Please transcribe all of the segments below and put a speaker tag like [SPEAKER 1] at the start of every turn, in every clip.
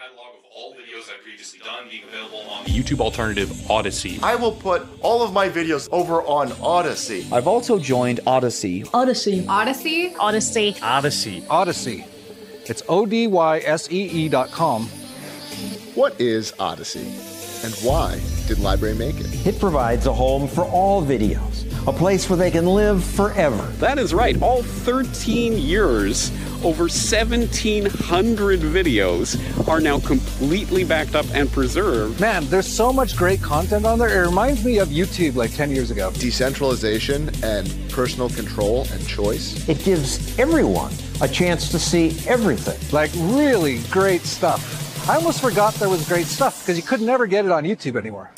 [SPEAKER 1] catalog of all videos I've previously done being available on the YouTube alternative Odyssey.
[SPEAKER 2] I will put all of my videos over on Odyssey.
[SPEAKER 3] I've also joined Odyssey.
[SPEAKER 4] Odyssey.
[SPEAKER 5] Odyssey.
[SPEAKER 6] Odyssey.
[SPEAKER 7] Odyssey.
[SPEAKER 8] Odyssey. It's O D Y S E E dot com.
[SPEAKER 9] What is Odyssey? And why did Library make it?
[SPEAKER 3] It provides a home for all videos, a place where they can live forever.
[SPEAKER 10] That is right. All 13 years, over 1,700 videos are now completely backed up and preserved.
[SPEAKER 8] Man, there's so much great content on there. It reminds me of YouTube like 10 years ago.
[SPEAKER 9] Decentralization and personal control and choice.
[SPEAKER 3] It gives everyone a chance to see everything.
[SPEAKER 8] Like, really great stuff. I almost forgot there was great stuff because you could never get it on YouTube anymore.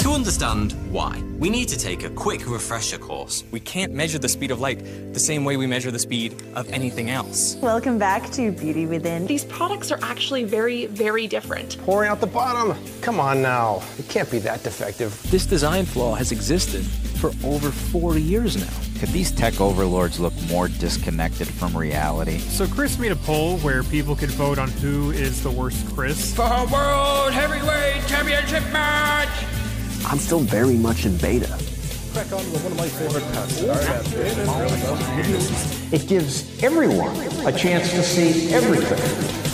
[SPEAKER 11] To understand why, we need to take a quick refresher course. We can't measure the speed of light the same way we measure the speed of anything else.
[SPEAKER 12] Welcome back to Beauty Within.
[SPEAKER 13] These products are actually very, very different.
[SPEAKER 14] Pouring out the bottom. Come on now. It can't be that defective.
[SPEAKER 15] This design flaw has existed for over 40 years now.
[SPEAKER 3] Could these tech overlords look more disconnected from reality?
[SPEAKER 16] So Chris made a poll where people could vote on who is the worst Chris.
[SPEAKER 17] For World Heavyweight Championship match!
[SPEAKER 3] I'm still very much in beta.
[SPEAKER 8] Crack on with one of my favorite passes.
[SPEAKER 3] It gives everyone a chance to see everything.